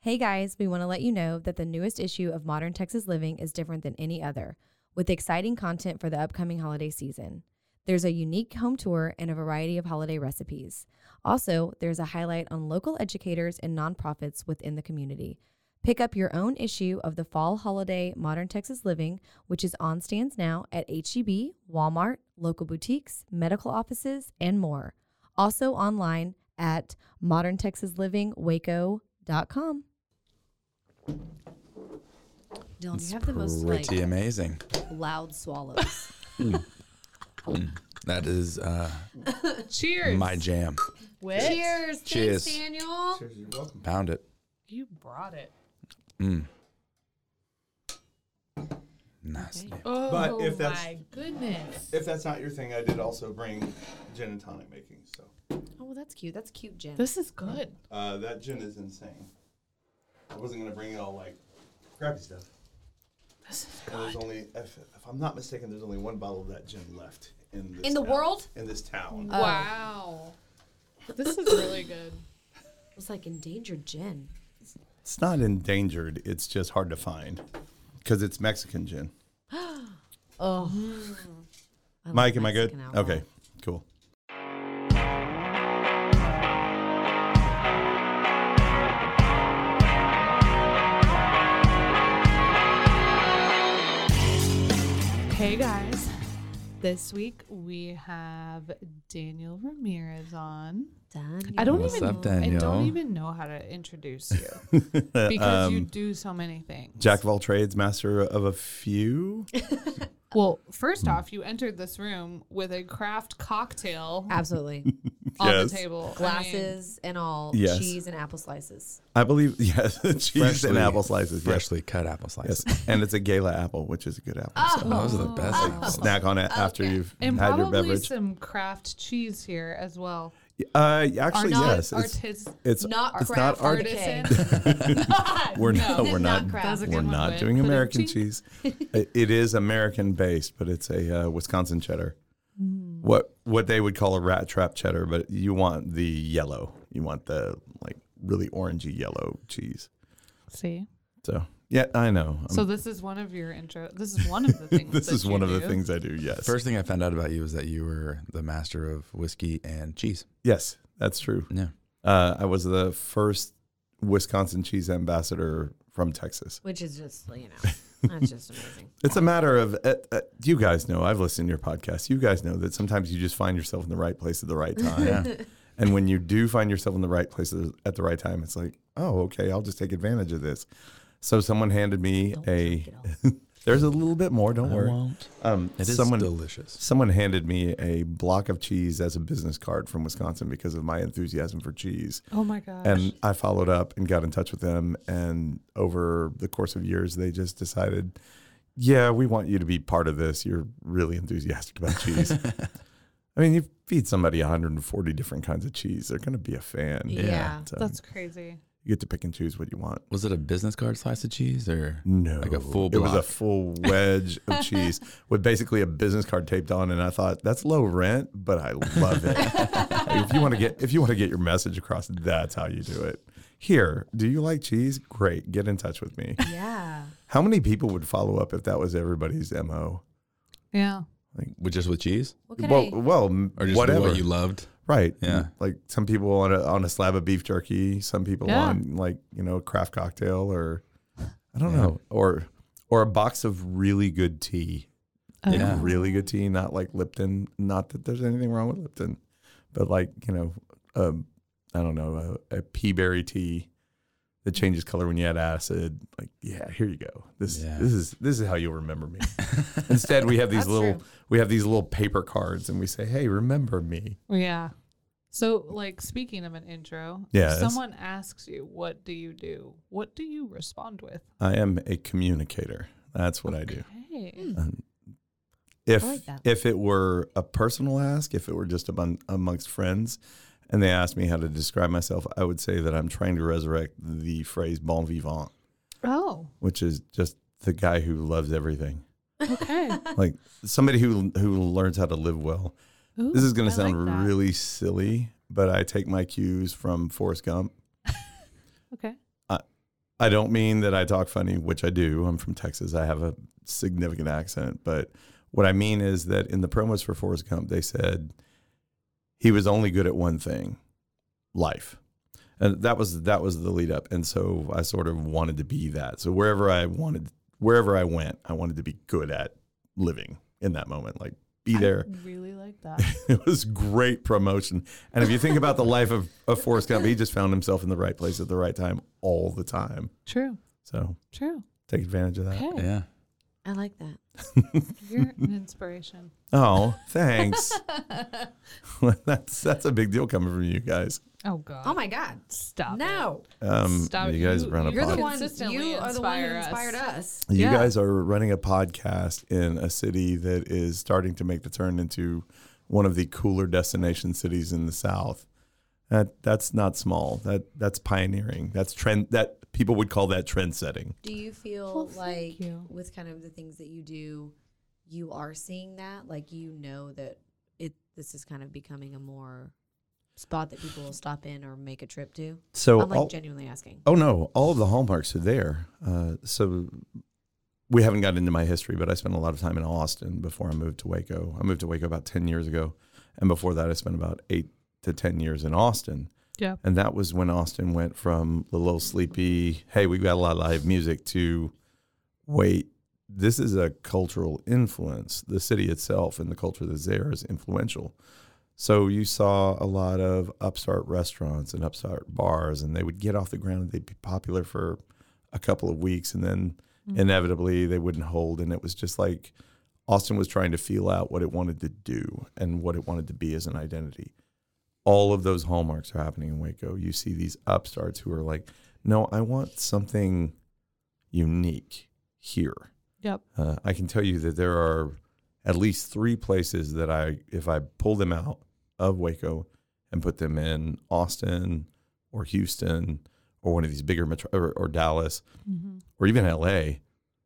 Hey guys, we want to let you know that the newest issue of Modern Texas Living is different than any other, with exciting content for the upcoming holiday season. There's a unique home tour and a variety of holiday recipes. Also, there's a highlight on local educators and nonprofits within the community. Pick up your own issue of the fall holiday Modern Texas Living, which is on stands now at HEB, Walmart, local boutiques, medical offices, and more. Also online at moderntexaslivingwaco.com. Dylan, It's you have the most like, pretty amazing. loud swallows. That is uh, Cheers. my jam. Wit. Cheers, Cheers. thanks, Daniel. Pound it. You brought it. Mm. Nasty. Oh But if that's- my goodness. If that's not your thing, I did also bring gin and tonic making. So Oh, well, that's cute. That's cute, Jen. This is good. uh, that gin is insane. I wasn't gonna bring it all like crappy stuff. This is And there's good. only, if, if I'm not mistaken, there's only one bottle of that gin left in this In the town- world? Mm. In this town. Wow. Um, This is really good. It was like endangered gin. It's not endangered. It's just hard to find because it's Mexican gin. Oh, I love Mike, am I good? Mexican alcohol. Okay, cool. Hey guys. This week we have Daniel Ramirez on. Done. I don't What's even up, I Daniel? don't even know how to introduce you because you do so many things. Um, Jack of all trades, master of a few. Well, first off, you entered this room with a craft cocktail Absolutely. on Yes. the table. Glasses and all. Yes. Cheese and apple slices. I believe, yes, cheese and apple slices. yes. Freshly cut apple slices. Yes, and it's a gala apple, which is a good apple. Ah, so Those Oh. are the best. snack on it after you've I mean, Oh. and had your probably beverage. some craft cheese here as well. Are uh, actually, not yes, it's artis- it's Not it's craft not art. arti- artisan. We're not we're not not, craft. That's a good we're one, not Whit. doing Put it American cheap. cheese. It- it is American based, but it's a uh, Wisconsin cheddar. Mm. What what they would call a rat trap cheddar, but you want the yellow. You want the like really orangey yellow cheese. See, Um, So yeah, I know. so this is one of your intro. This is one of the things. this that is one you of the do. things I do. Yes, First thing I found out about you is that you were the master of whiskey and cheese. yes, that's true. Yeah. Uh, I was the first Wisconsin cheese ambassador from Texas. Which is just, you know, that's just amazing. It's a matter of uh, uh, you guys know. I've listened to your podcast. You guys know that sometimes you just find yourself in the right place at the right time. And when you do find yourself in the right place at the right time, it's like, oh, okay, I'll just take advantage of this. So someone handed me a. there's a little bit more. Don't worry. Um, It is someone delicious. someone handed me a block of cheese as a business card from Wisconsin because of my enthusiasm for cheese. Oh my gosh! And I followed up and got in touch with them. And over the course of years, they just decided, yeah, we want you to be part of this. You're really enthusiastic about cheese. I mean, you feed somebody 140 different kinds of cheese, they're going to be a fan. Yeah. So That's crazy. you get to pick and choose what you want. Was it a business card slice of cheese or No, like a full It was a block? full wedge of cheese with basically a business card taped on, and I thought that's low rent, but I love it. if you want to get if you want to get your message across, that's how you do it. Here, do you like cheese? Great, get in touch with me. Yeah. How many people would follow up if that was everybody's mo? Yeah. With just with cheese, What could well, I? well, m- or just whatever what you loved? right? Yeah. like some people on a on a slab of beef jerky, some people Yeah. on like you know a craft cocktail, or I don't Yeah. know, or or a box of really good tea, Like, Yeah. really good tea, not like Lipton. Not that there's anything wrong with Lipton, but like you know, um, I don't know, a, a pea berry tea that changes color when you add acid. Like, yeah, here you go. This Yeah. this is this is how you'll remember me. Instead, we have these That's little true. we have these little paper cards, and we say, "Hey, remember me." Oh, Yeah. So, like, speaking of an intro, Yeah, if that's- someone asks you, what do you do? What do you respond with? I am a communicator. That's what I do. Hey. Um, if like that. if it were a personal ask, if it were just among, amongst friends, and they asked me how to describe myself, I would say that I'm trying to resurrect the phrase "bon vivant," Oh, which is just the guy who loves everything, okay. like somebody who who learns how to live well. This is going I to sound like that. really silly, but I take my cues from Forrest Gump. okay. I don't mean that I talk funny, which I do. I'm from Texas. I have a significant accent. But what I mean is that in the promos for Forrest Gump, they said he was only good at one thing life. And that was that was the lead up. And so I sort of wanted to be that. So wherever I wanted wherever I went, I wanted to be good at living in that moment. Like be there. Really like that. It was great promotion. And if you think about the life of, of Forrest Gump, he just found himself in the right place at the right time all the time. True. So True. take advantage of that. Okay. Yeah. I like that. You're an inspiration. Oh, thanks. that's that's a big deal coming from you guys. Oh, God. Oh my God! Stop. No, Um, Stop. you guys You- run a you're you're the Pod- podcast. the one. one- consistently You are the one who inspire inspired us. You Yeah. guys are running a podcast in a city that is starting to make the turn into one of the cooler destination cities in the South. That that's not small. That that's pioneering. That's trend. That people would call that trend setting. Do you feel Well, thank like you. with kind of the things that you do, you are seeing that? Like you know that it this is kind of becoming a more spot that people will stop in or make a trip to? So I'm like all- genuinely asking. Oh no, all of the hallmarks are there. Uh, so we haven't gotten into my history, but I spent a lot of time in Austin before I moved to Waco. I moved to Waco about ten years ago, and before that, I spent about eight to ten years in Austin. Yeah. And that was when Austin went from the little sleepy, hey, we've got a lot of live music to wait, this is a cultural influence. The city itself and the culture that's there is influential. So you saw a lot of upstart restaurants and upstart bars, and they would get off the ground and they'd be popular for a couple of weeks, and then inevitably they wouldn't hold. And it was just like Austin was trying to feel out what it wanted to do and what it wanted to be as an identity all of those hallmarks are happening in Waco. You see these upstarts who are like, no, I want something unique here. Yep. Uh, I can tell you that there are at least three places that I, if I pull them out of Waco and put them in Austin or Houston or one of these bigger metro or, or Dallas Mm-hmm. or even LA,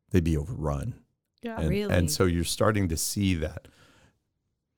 they'd be overrun. Yeah. And, Really? and so you're starting to see that.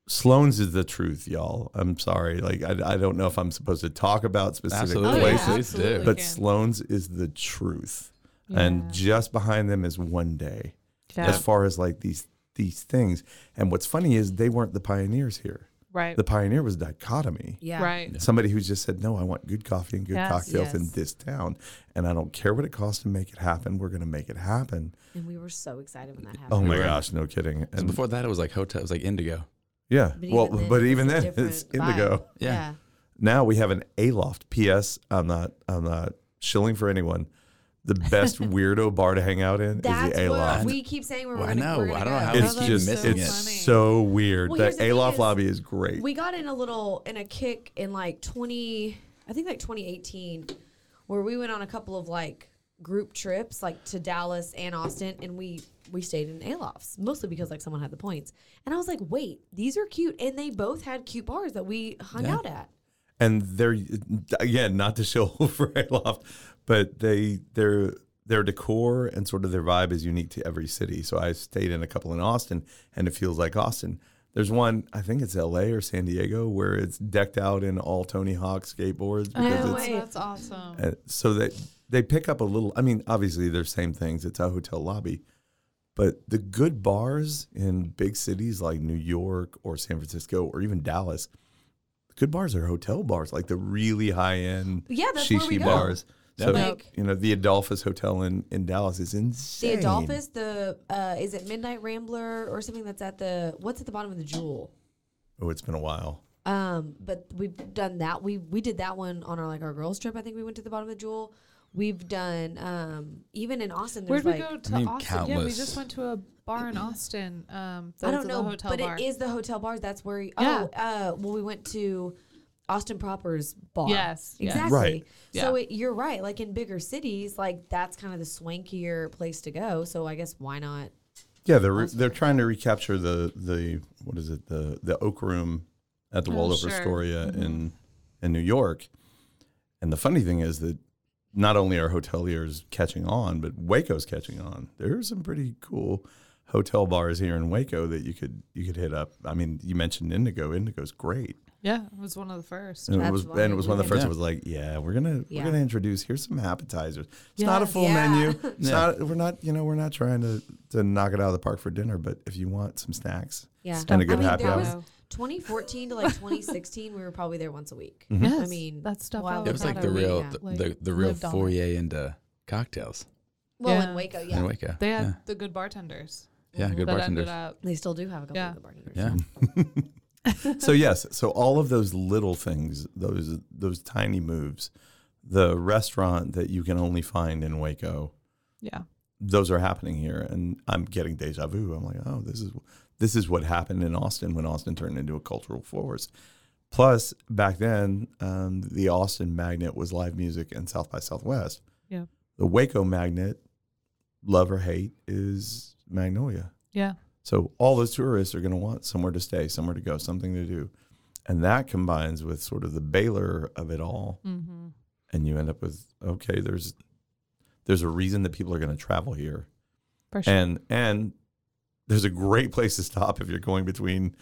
Sloan's is the truth, y'all. I'm sorry. Like, I, I don't know if I'm supposed to talk about specific Absolutely. Oh, yeah, places, Please do. absolutely. but can. Sloan's is the truth. Yeah. And just behind them is one day Yeah. as far as like these these things. And what's funny is they weren't the pioneers here. Right. The pioneer was dichotomy. Yeah. Right. Somebody who just said, No, I want good coffee and good Yes. cocktails in Yes. this town. And I don't care what it costs to make it happen. We're going to make it happen. And we were so excited when that happened. Oh my Right. gosh, no kidding. So And before that, it was like hotel. It was like Indigo. Oh, Yeah. But well, even then, but even it's a then, it's different indigo. vibe. Yeah. Now we have an Aloft. P.S. I'm not. I'm not shilling for anyone. The best weirdo bar to hang out in is That's the what Aloft. we keep saying. We're Well, I gonna, know. We're gonna I don't know go. how we it's Oh, that's just. so it's funny. so weird. Well, here's that the thing Aloft is- lobby is great. we got in a little in a kick in like 20 i think like 2018 where we went on a couple of like group trips like to dallas and austin and we we stayed in Alofs mostly because like someone had the points and i was like wait these are cute and they both had cute bars that we hung Yeah. out at and they're again not to shill for Aloft, but they their their decor and sort of their vibe is unique to every city. So I stayed in a couple in Austin, and it feels like Austin. There's one I think it's L.A. or San Diego where it's decked out in all Tony Hawk skateboards because Oh, it's wait. That's awesome. uh, so that they pick up a little. I mean, obviously they're same things. It's a hotel lobby, But the good bars in big cities like New York or San Francisco or even Dallas, the good bars are hotel bars, like the really high end Yeah, that's where we shishi go. bars. So Like- you know the Adolphus Hotel in, in Dallas is The insane. Adolphus, the uh, is it Midnight Rambler or something that's at the what's at the bottom of the Jewel? Oh, it's been a while. Um, but we've done that. We we did that one on our like our girls trip. I think we went to the bottom of the Jewel. We've done um, even in Austin. There's Where'd we like, go to mean, Austin? Yeah, we just countless. went to a bar in Austin. Um, I that's don't the know, hotel but bar. it is the hotel bars. That's where. You, Yeah. Oh, uh, well, we went to Austin Proper's bar. Yes, yes. exactly. Right. So it, you're right. Like in bigger cities, like that's kind of the swankier place to go. So I guess why not? Yeah, they're re- they're trying to recapture the the what is it the the Oak Room at the Oh, Waldorf sure. Astoria in in New York. And the funny thing is that not only are hoteliers catching on, but Waco's catching on. There are some pretty cool hotel bars here in Waco that you could you could hit up. I mean, you mentioned Indigo. Indigo's great. yeah, it was one of the first. And That's it was why and it was we one of the went. first. that was like, yeah, we're gonna Yeah. we're gonna introduce. Here's some appetizers. It's not a Yes. full Yeah. menu. It's Yeah. not. We're not. You know, we're not trying to to knock it out of the park for dinner. But if you want some snacks, Yeah. and a good I mean, happy there hour. was 2014 to like 2016. we were probably there once a week. Mm-hmm. Yes, I mean, that stuff. wow, I It was like not the a real week, the, yeah. the, Like, the real lived on it. foyer into cocktails Well, in Yeah. Waco, yeah. Mm-hmm. in Waco. They had yeah, the good bartenders. yeah, good that ended bartenders. up. They still do have a couple Yeah. of good bartenders. Yeah, so yes, so all of those little things, those those tiny moves, the restaurant that you can only find in Waco, Yeah, those are happening here, and I'm getting deja vu. I'm like, oh, this is this is what happened in Austin when Austin turned into a cultural force. Plus, back then, um, the Austin magnet was live music and South by Southwest. Yeah. The Waco magnet, love or hate, is Magnolia. yeah. So all those tourists are going to want somewhere to stay, somewhere to go, something to do. And that combines with sort of the Baylor of it all. Mm-hmm. And you end up with, okay, there's there's a reason that people are going to travel here. For sure. And and there's a great place to stop if you're going between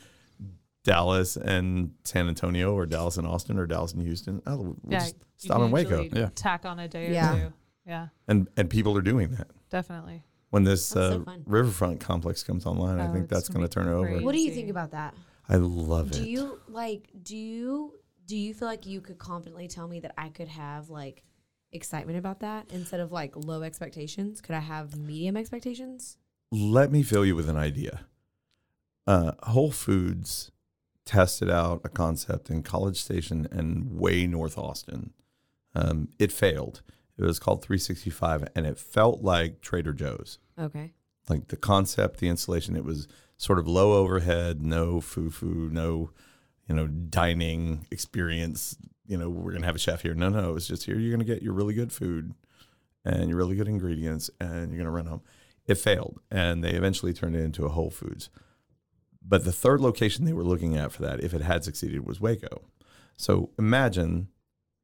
Dallas and San Antonio or Dallas and Austin or Dallas and Houston. Oh, we'll yeah, just you stop in Waco. usually Yeah. Tack on a day or Yeah. two. Yeah, And and people are doing that. definitely. When this That's so uh, fun. riverfront complex comes online, Oh, I think it's that's gonna going be to turn over. great. What do you think Easy. about that? I love it. Do you like? Do you do you feel like you could confidently tell me that I could have like excitement about that instead of like low expectations? Could I have medium expectations? let me fill you with an idea. Uh, Whole Foods tested out a concept in College Station and way north Austin. Um, it failed. It was called 365, and it felt like Trader Joe's. Okay. Like the concept, the installation, it was sort of low overhead, no foo foo, no, you know, dining experience. You know, we're gonna have a chef here. No, no, it was just here. You're gonna get your really good food and your really good ingredients and you're going to run home. It failed and they eventually turned it into a Whole Foods. But the third location they were looking at for that, if it had succeeded, was Waco. So imagine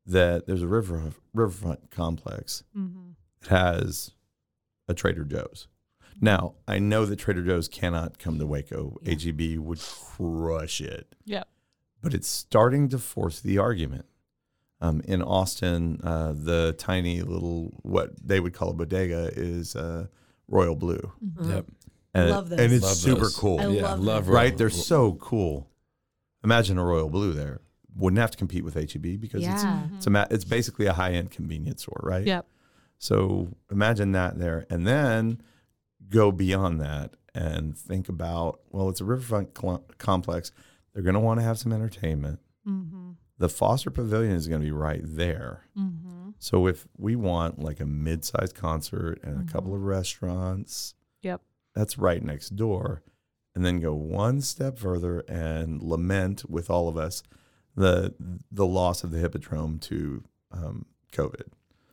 that there's a river riverfront complex Mm-hmm. that has a Trader Joe's. Now, I know that Trader Joe's cannot come to Waco. Yeah. AGB would crush it Yeah. but it's starting to force the argument. Um, in Austin, uh, the tiny little what they would call a bodega is uh, Royal Blue, Mm-hmm. yep. and, Love those. and it's Love super those. cool, I yeah, love love that. right? Royal- They're so cool. Imagine a Royal Blue there. Wouldn't have to compete with HEB because Yeah. it's it's, a ma- it's basically a high end convenience store, right? Yep. So imagine that there, and then go beyond that and think about well, it's a riverfront cl- complex. They're going to want to have some entertainment. Mm-hmm. the Foster Pavilion is going to be right there. Mm-hmm. So if we want like a mid-sized concert and a couple of restaurants, Yep. that's right next door. And then go one step further and lament with all of us the the loss of the Hippodrome to um, COVID.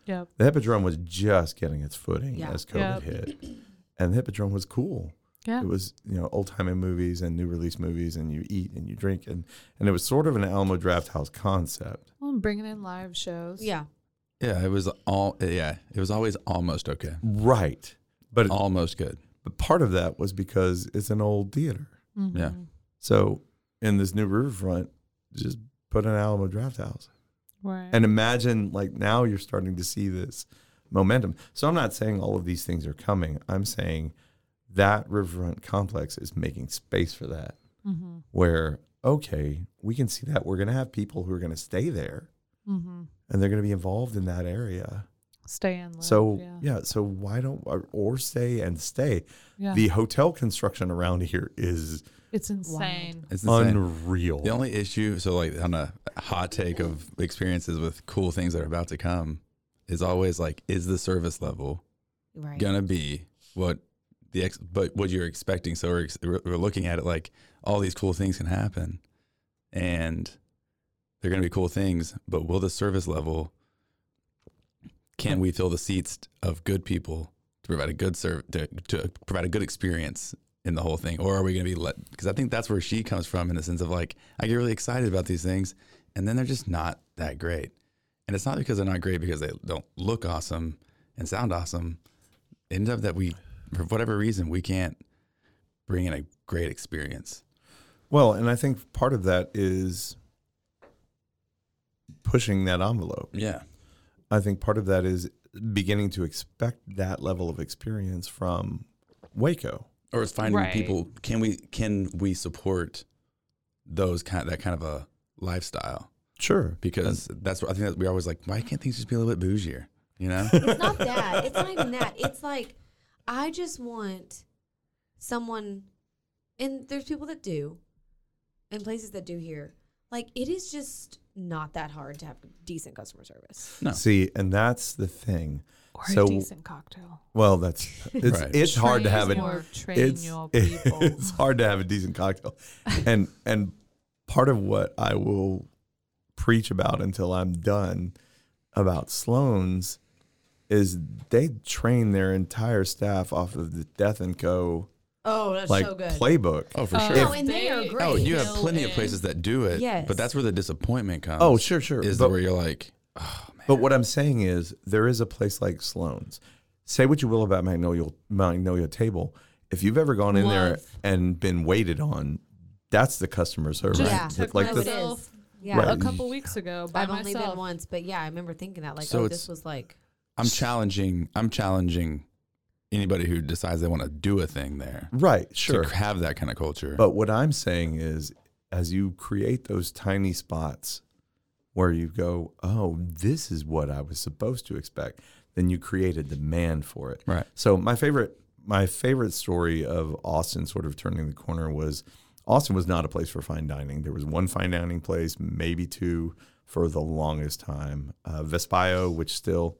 Yep. The Hippodrome was just getting its footing Yeah. as Yep. COVID hit, and the Hippodrome was cool Yeah. it was you know old timey movies and new release movies and you eat and you drink and and it was sort of an Alamo Draft House concept. Well, and bringing in live shows. Yeah. yeah. It was all yeah. It was always almost okay, Right. But, almost good. but part of that was because it's an old theater. Mm-hmm. Yeah. So in this new riverfront, just put an Alamo Draft House. Right. And imagine like now you're starting to see this momentum. So I'm not saying all of these things are coming. I'm saying that riverfront complex is making space for that. Mm-hmm. Where okay, we can see that we're going to have people who are going to stay there Mm-hmm. and they're going to be involved in that area. Stay and live. so yeah. yeah. so why don't or, or stay and stay? Yeah. The hotel construction around here is it's insane. It's insane. unreal. The only issue, so like on a hot take of experiences with cool things that are about to come, is always like, is the service level Right. gonna be what the ex, but what you're expecting? So we're, ex- we're we're looking at it like all these cool things can happen, and they're gonna be cool things, but will the service level? Can we fill the seats of good people to provide a good serve to, to provide a good experience in the whole thing, or are we going to be let? Because I think that's where she comes from in the sense of like I get really excited about these things, and then they're just not that great. And it's not because they're not great because they don't look awesome and sound awesome. It ends up that we, for whatever reason, we can't bring in a great experience. Well, and I think part of that is pushing that envelope. Yeah, I think part of that is beginning to expect that level of experience from Waco. or it's finding Right. people. Can we can we support those kind that kind of a lifestyle? Sure. Because that's what I think that we're always like, why can't things just be a little bit bougier? You know. It's not that. It's not even that. It's like I just want someone and there's people that do and places that do here. Like it is just not that hard to have decent customer service. No. See, and that's the thing. Or So- a decent cocktail. Well, that's it's Right. it's hard to Train have it. your- train It's, your people. it's hard to have a decent cocktail. And and part of what I will preach about until I'm done about Sloan's is they train their entire staff off of the Death and Co Oh, that's like so good. playbook. Oh, for Oh, sure. no, and they are They- great. Oh, you have Fill plenty of in. places that do it. Yes. But that's where the disappointment comes. Oh, sure, sure. Is But- where you're like, "Oh, But what I'm saying is, there is a place like Sloan's. Say what you will about Magnolia, Magnolia Table. If you've ever gone in there Love. and been waited on, that's the customer service. Just Yeah. took like the- the, myself yeah. a Right. couple weeks ago by Mm. I've myself. only been once, but yeah, I remember thinking that like, So oh, it's- this was like I'm challenging. I'm challenging anybody who decides they want to do a thing there. right, sure. To have that kind of culture. But what I'm saying is, as you create those tiny spots where you go, oh, this is what I was supposed to expect, then you create a demand for it. Right. So my favorite my favorite story of Austin sort of turning the corner was Austin was not a place for fine dining. There was one fine dining place, maybe two for the longest time. Uh, Vespaio, which still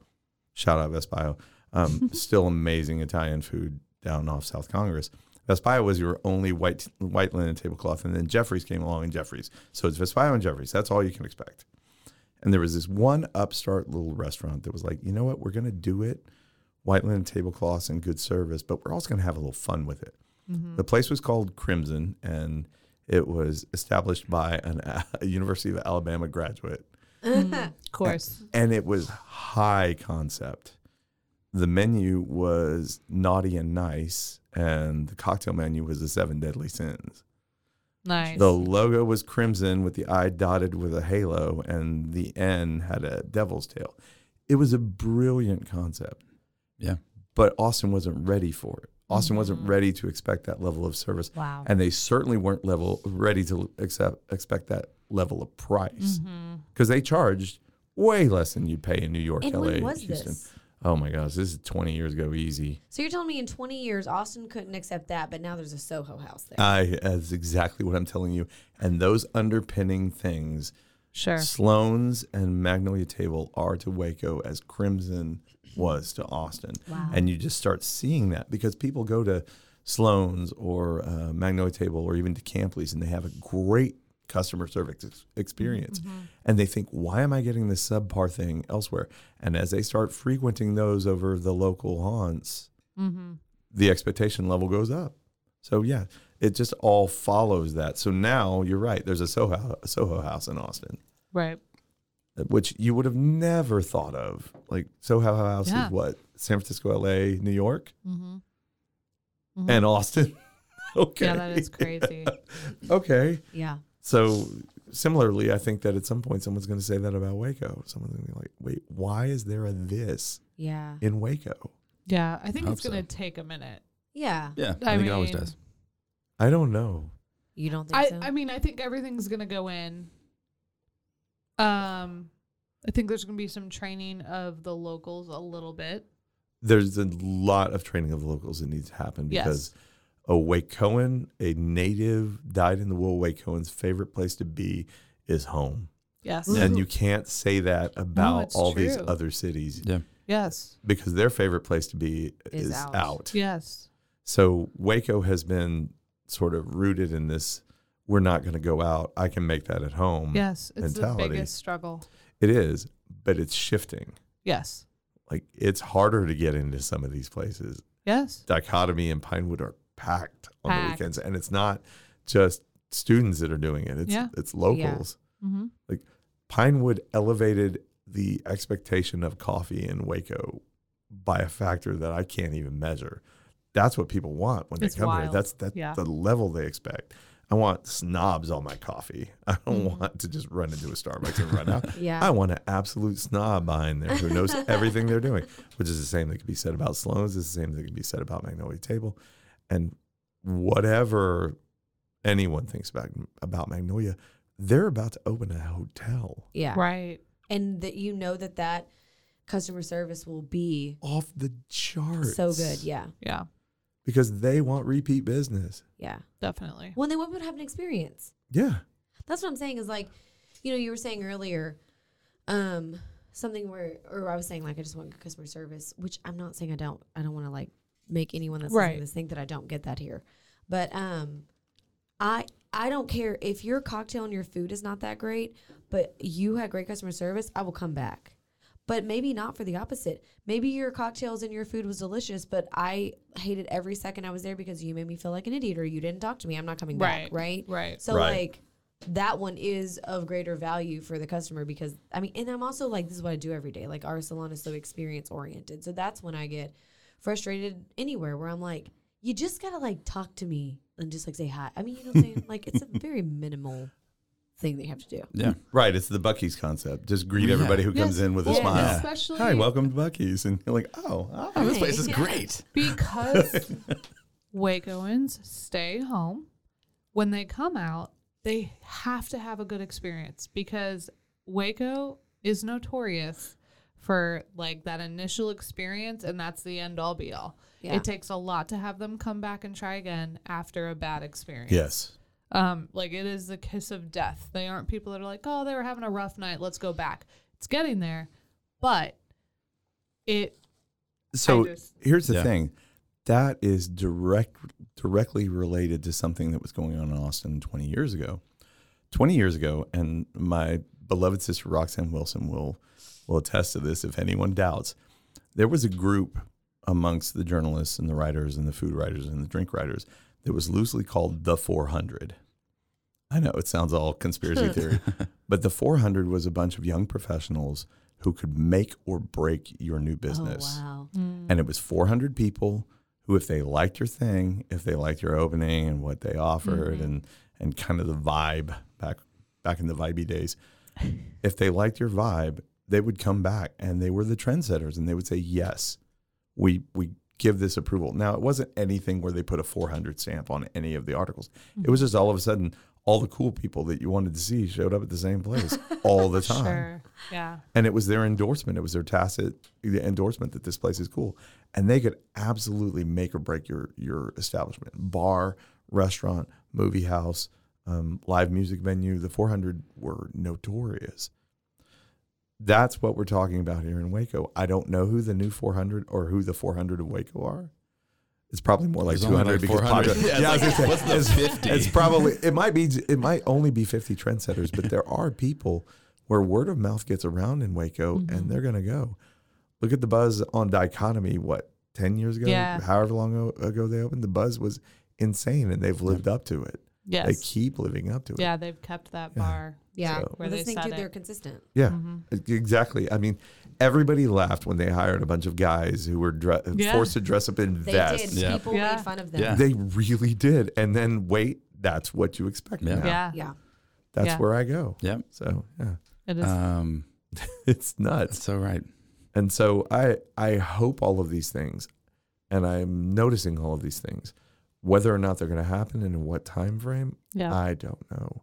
shout out Vespaio, um, still amazing Italian food down off South Congress. Vespaio was your only white white linen tablecloth, and then Jeffries came along and Jeffries. So it's Vespaio and Jeffries. That's all you can expect. And there was this one upstart little restaurant that was like, you know what, we're gonna do it white linen tablecloths and good service, but we're also going to have a little fun with it. The place was called Crimson, and it was established by an, a University of Alabama graduate, Mm-hmm. Of course. and it was high concept. The menu was naughty and nice, and the cocktail menu was the seven deadly sins. Nice. The logo was crimson with the eye dotted with a halo, and the N had a devil's tail. It was a brilliant concept yeah. but Austin wasn't ready for it. Austin wasn't Mm. ready to expect that level of service. Wow. And they certainly weren't level ready to accept expect that level of price because they charged way less than you'd pay in New York, Mm-hmm. And LA, when was Houston. this? Oh my gosh, this is 20 years ago easy. So you're telling me in 20 years Austin couldn't accept that, but now there's a Soho house there. I that's exactly what I'm telling you. And those underpinning things, sure. Sloan's and Magnolia Table are to Waco as Crimson was to Austin. And you just start seeing that because people go to Sloan's or uh, Magnolia Table or even to Campley's and they have a great customer service ex- experience. And they think, why am I getting this subpar thing elsewhere? And as they start frequenting those over the local haunts, the expectation level goes up. So yeah, it just all follows that. So now you're right. There's a Soho, Soho house in Austin Right. uh, which you would have never thought of. Like Soho House Yeah. is what San Francisco, L.A., New York, and Austin. okay, Mm-hmm. Yeah, that is crazy. okay. yeah. So similarly, I think that at some point someone's going to say that about Waco. Someone's going to be like, "Wait, why is there a this Yeah. in Waco?" Yeah, I think Hope it's going so. to take a minute. Yeah. Yeah, I, I think it always mean- does. I don't know. You don't think I, so? I mean, I think everything's gonna go in. Um, I think there's gonna be some training of the locals a little bit. There's a lot of training of locals that needs to happen Yes. because a Wacoan, a native dyed in the wool Wacoan's favorite place to be is home. Yes. And you can't say that about it's all these true. other cities Yeah, Yes. because their favorite place to be Is is, out. out. Yes. So Waco has been sort of rooted in this we're not going to go out. I can make that at home. Yes. It's Mentality. the biggest struggle. It is, but it's shifting. Yes. Like it's harder to get into some of these places. Yes. Dichotomy and Pinewood are packed on the Packed. weekends and it's not just students that are doing it. It's Yeah. it's locals. Mm-hmm. Like Pinewood elevated the expectation of coffee in Waco by a factor that I can't even measure. That's what people want when It's they come here. wild. That's that's Yeah. the level they expect. I want snobs on my coffee. I don't Mm. want to just run into a Starbucks and run out. Yeah. I want an absolute snob behind there who knows everything they're doing, which is the same that could be said about Sloan's, is the same that could be said about Magnolia Table. And whatever anyone thinks about about Magnolia, they're about to open a hotel yeah. Right. And that you know that that customer service will be off the charts. so good. Yeah. Yeah. Because they want repeat business. Yeah. Definitely. Well, then what would have an experience? Yeah. That's what I'm saying is like, you know, you were saying earlier, um, something where, or I was saying like, I just want good customer service, which I'm not saying I don't, I don't want to like make anyone that's listening Right. to this think that I don't get that here, but um, I I don't care if your cocktail and your food is not that great, but you had great customer service, I will come back. But maybe not for the opposite. Maybe your cocktails and your food was delicious, but I hated every second I was there because you made me feel like an idiot or you didn't talk to me. I'm not coming back, Right. right? Right. So Right. like that one is of greater value for the customer because I mean, and I'm also like, this is what I do every day. Like our salon is so experience oriented. So that's when I get frustrated anywhere where I'm like, you just gotta like talk to me and just like say hi. I mean, you know what I'm saying? like it's a very minimal thing that you have to do. yeah. Right. It's the Bucky's concept. Just greet Yeah. everybody who comes Yes. in with a Well, smile. Especially Hi, welcome to Bucky's. And you're like, oh, ah. Oh, this place is great. because Wacoans stay home. When they come out, they have to have a good experience because Waco is notorious for like that initial experience and that's the end all be all. Yeah. It takes a lot to have them come back and try again after a bad experience. yes. Um, like it is the kiss of death. They aren't people that are like, oh, they were having a rough night. Let's go back. It's getting there, but it So just- here's the Yeah. thing that is direct directly related to something that was going on in Austin 20 years ago. 20 years ago, and my beloved sister Roxanne Wilson will will attest to this if anyone doubts. There was a group amongst the journalists and the writers and the food writers and the drink writers that was loosely called the 400. I know it sounds all conspiracy theory, but the 400 was a bunch of young professionals who could make or break your new business Oh wow. Mm, and it was 400 people who if they liked your thing if they liked your opening and what they offered and and kind of the vibe back back in the vibey days if they liked your vibe they would come back and they were the trendsetters and they would say yes we we give this approval now it wasn't anything where they put a 400 stamp on any of the articles it was just all of a sudden all the cool people that you wanted to see showed up at the same place all the time sure. Yeah. and it was their endorsement. It was their tacit endorsement that this place is cool, and they could absolutely make or break your your establishment, bar, restaurant, movie house, um, live music venue. The 400 were notorious. That's what we're talking about here in Waco. I don't know who the new 400 or who the 400 of Waco are. It's probably more like There's 200 only like because 400. popular- Yeah, yeah, I was it's gonna like, say, what's the it's- 50? It's probably it might be it might only be 50 trendsetters, but there are people where word of mouth gets around in Waco Mm-hmm. and they're going to go. Look at the buzz on Dichotomy what 10 years ago, Yeah. however long o- ago they opened, the buzz was insane and they've lived up to it. Yes. They keep living up to it. Yeah, they've kept that bar. Yeah. So- Where Well, they this thing, said dude, it. they're consistent. Yeah, Mm-hmm. e- exactly. I mean, everybody laughed when they hired a bunch of guys who were dre- Yeah. forced to dress up in They vests. did. Yeah. People Yeah. made fun of them. Yeah. They really did. And then wait, that's what you expect Yeah. now. Yeah. Yeah. That's Yeah. where I go. Yep. So yeah, It is. Uh, Um, it's nuts. that's so right. And so I I hope all of these things. and I'm noticing all of these things. Whether or not they're going to happen and in what time frame, Yeah. I don't know.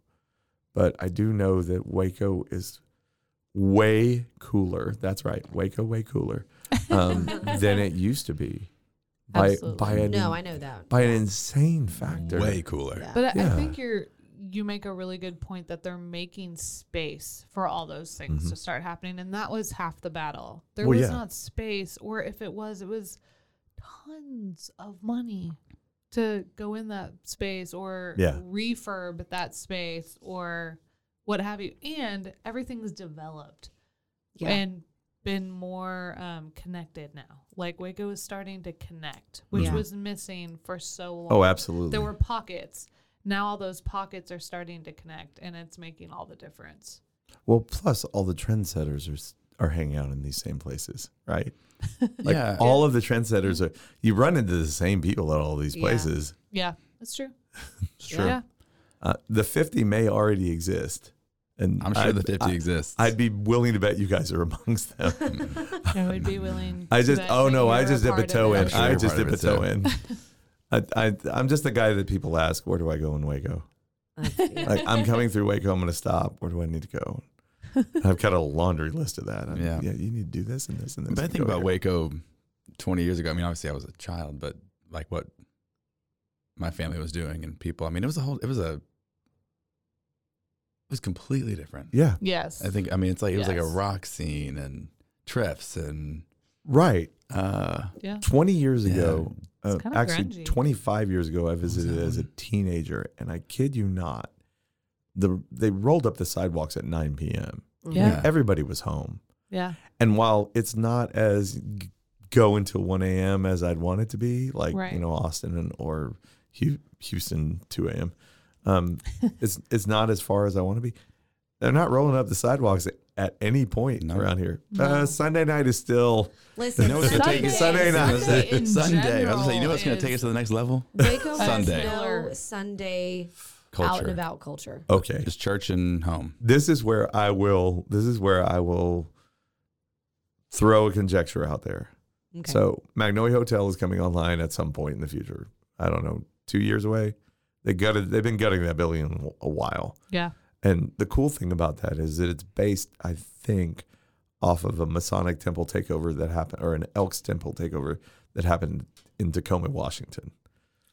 But I do know that Waco is way cooler. That's right, Waco way cooler um, than it used to be. By, Absolutely. by an, No, I know that. by an insane factor. Way cooler. Yeah. But I- Yeah. I think you're you make a really good point that they're making space for all those things to start happening, and that was half the battle. There Mm-hmm. Well, was yeah. not space, or if it was, it was tons of money to go in that space or Yeah. refurb that space or what have you. And everything's developed Yeah. and been more um, connected now. Like Waco is starting to connect, which Yeah. was missing for so long. Mm-hmm. Oh, absolutely. There were pockets. Now all those pockets are starting to connect, and it's making all the difference. Well, plus all the trendsetters are s- are hanging out in these same places, right? Like Yeah. all of the trendsetters are. You run into the same people at all these Yeah. places. Yeah, that's true. It's true. Yeah. Uh, the fifty may already exist, and I'm sure I'd- the 50 I- exists. I'd be willing to bet you guys are amongst them. I would be willing. I to just, bet oh that no, I you're just dip a part of toe it. in. I'm sure I you're just part dip of a it, toe too. in. I, I, I'm just the guy that people ask, where do I go in Waco? Like, I'm coming through Waco. I'm going to stop. Where do I need to go? And I've got a laundry list of that. I'm, yeah. Yeah. You need to do this and this and this. But I and think go about here. Waco 20 years ago. I mean, obviously I was a child, but like what my family was doing and people. I mean, it was a whole. It was a. It was completely different. Yeah. Yes. I think. I mean, it's like it was like a Yes. rock scene and trips and Right. uh, yeah. 20 years Yeah. ago, uh, kinda actually grungy. 25 years ago, I visited that as a one? teenager, and I kid you not, the they rolled up the sidewalks at 9 p.m. Yeah. Everybody was home, Yeah. and while it's not as g- go until 1 a.m. as I'd want it to be, like Right. you know Austin and or Hu- Houston 2 a.m. Um, it's it's not as far as I want to be. They're not rolling up the sidewalks at, at any point No. around here. No. Uh, Sunday night is still Listen, No, it's gonna take us- Sunday night. Sunday in Sunday. I was gonna say, you know general what's going to take is- us to the next level? Waco Sunday. has no Sunday out and Culture. about culture. okay. Just church and home. this is where I will this is where I will throw a conjecture out there. Okay. So Magnolia Hotel is coming online at some point in the future. I don't know, two years away. They gutted they've been gutting that building a while. Yeah. And the cool thing about that is that it's based, I think, off of a Masonic temple takeover that happened or an Elks temple takeover that happened in Tacoma, Washington.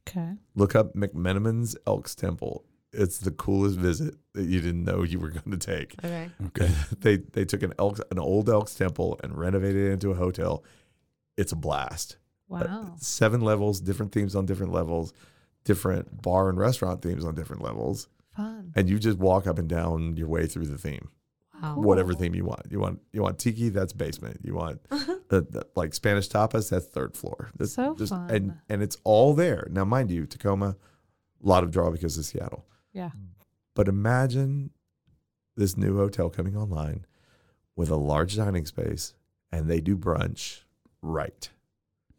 Okay. Look up McMenamin's Elks Temple. It's the coolest visit that you didn't know you were going to take okay. Okay. they they took an elk an old elk's temple and renovated it into a hotel. It's a blast. Uh, Wow. Seven levels, different themes on different levels, different bar and restaurant themes on different levels, Fun. and you just walk up and down your way through the theme, Wow. whatever theme you want. You want you want tiki, that's basement. You want the, the- like Spanish tapas, that's third floor. That's So And fun. and it's all there now, mind you. Tacoma, a lot of draw because of Seattle. Yeah. But imagine this new hotel coming online with a large dining space and they do brunch right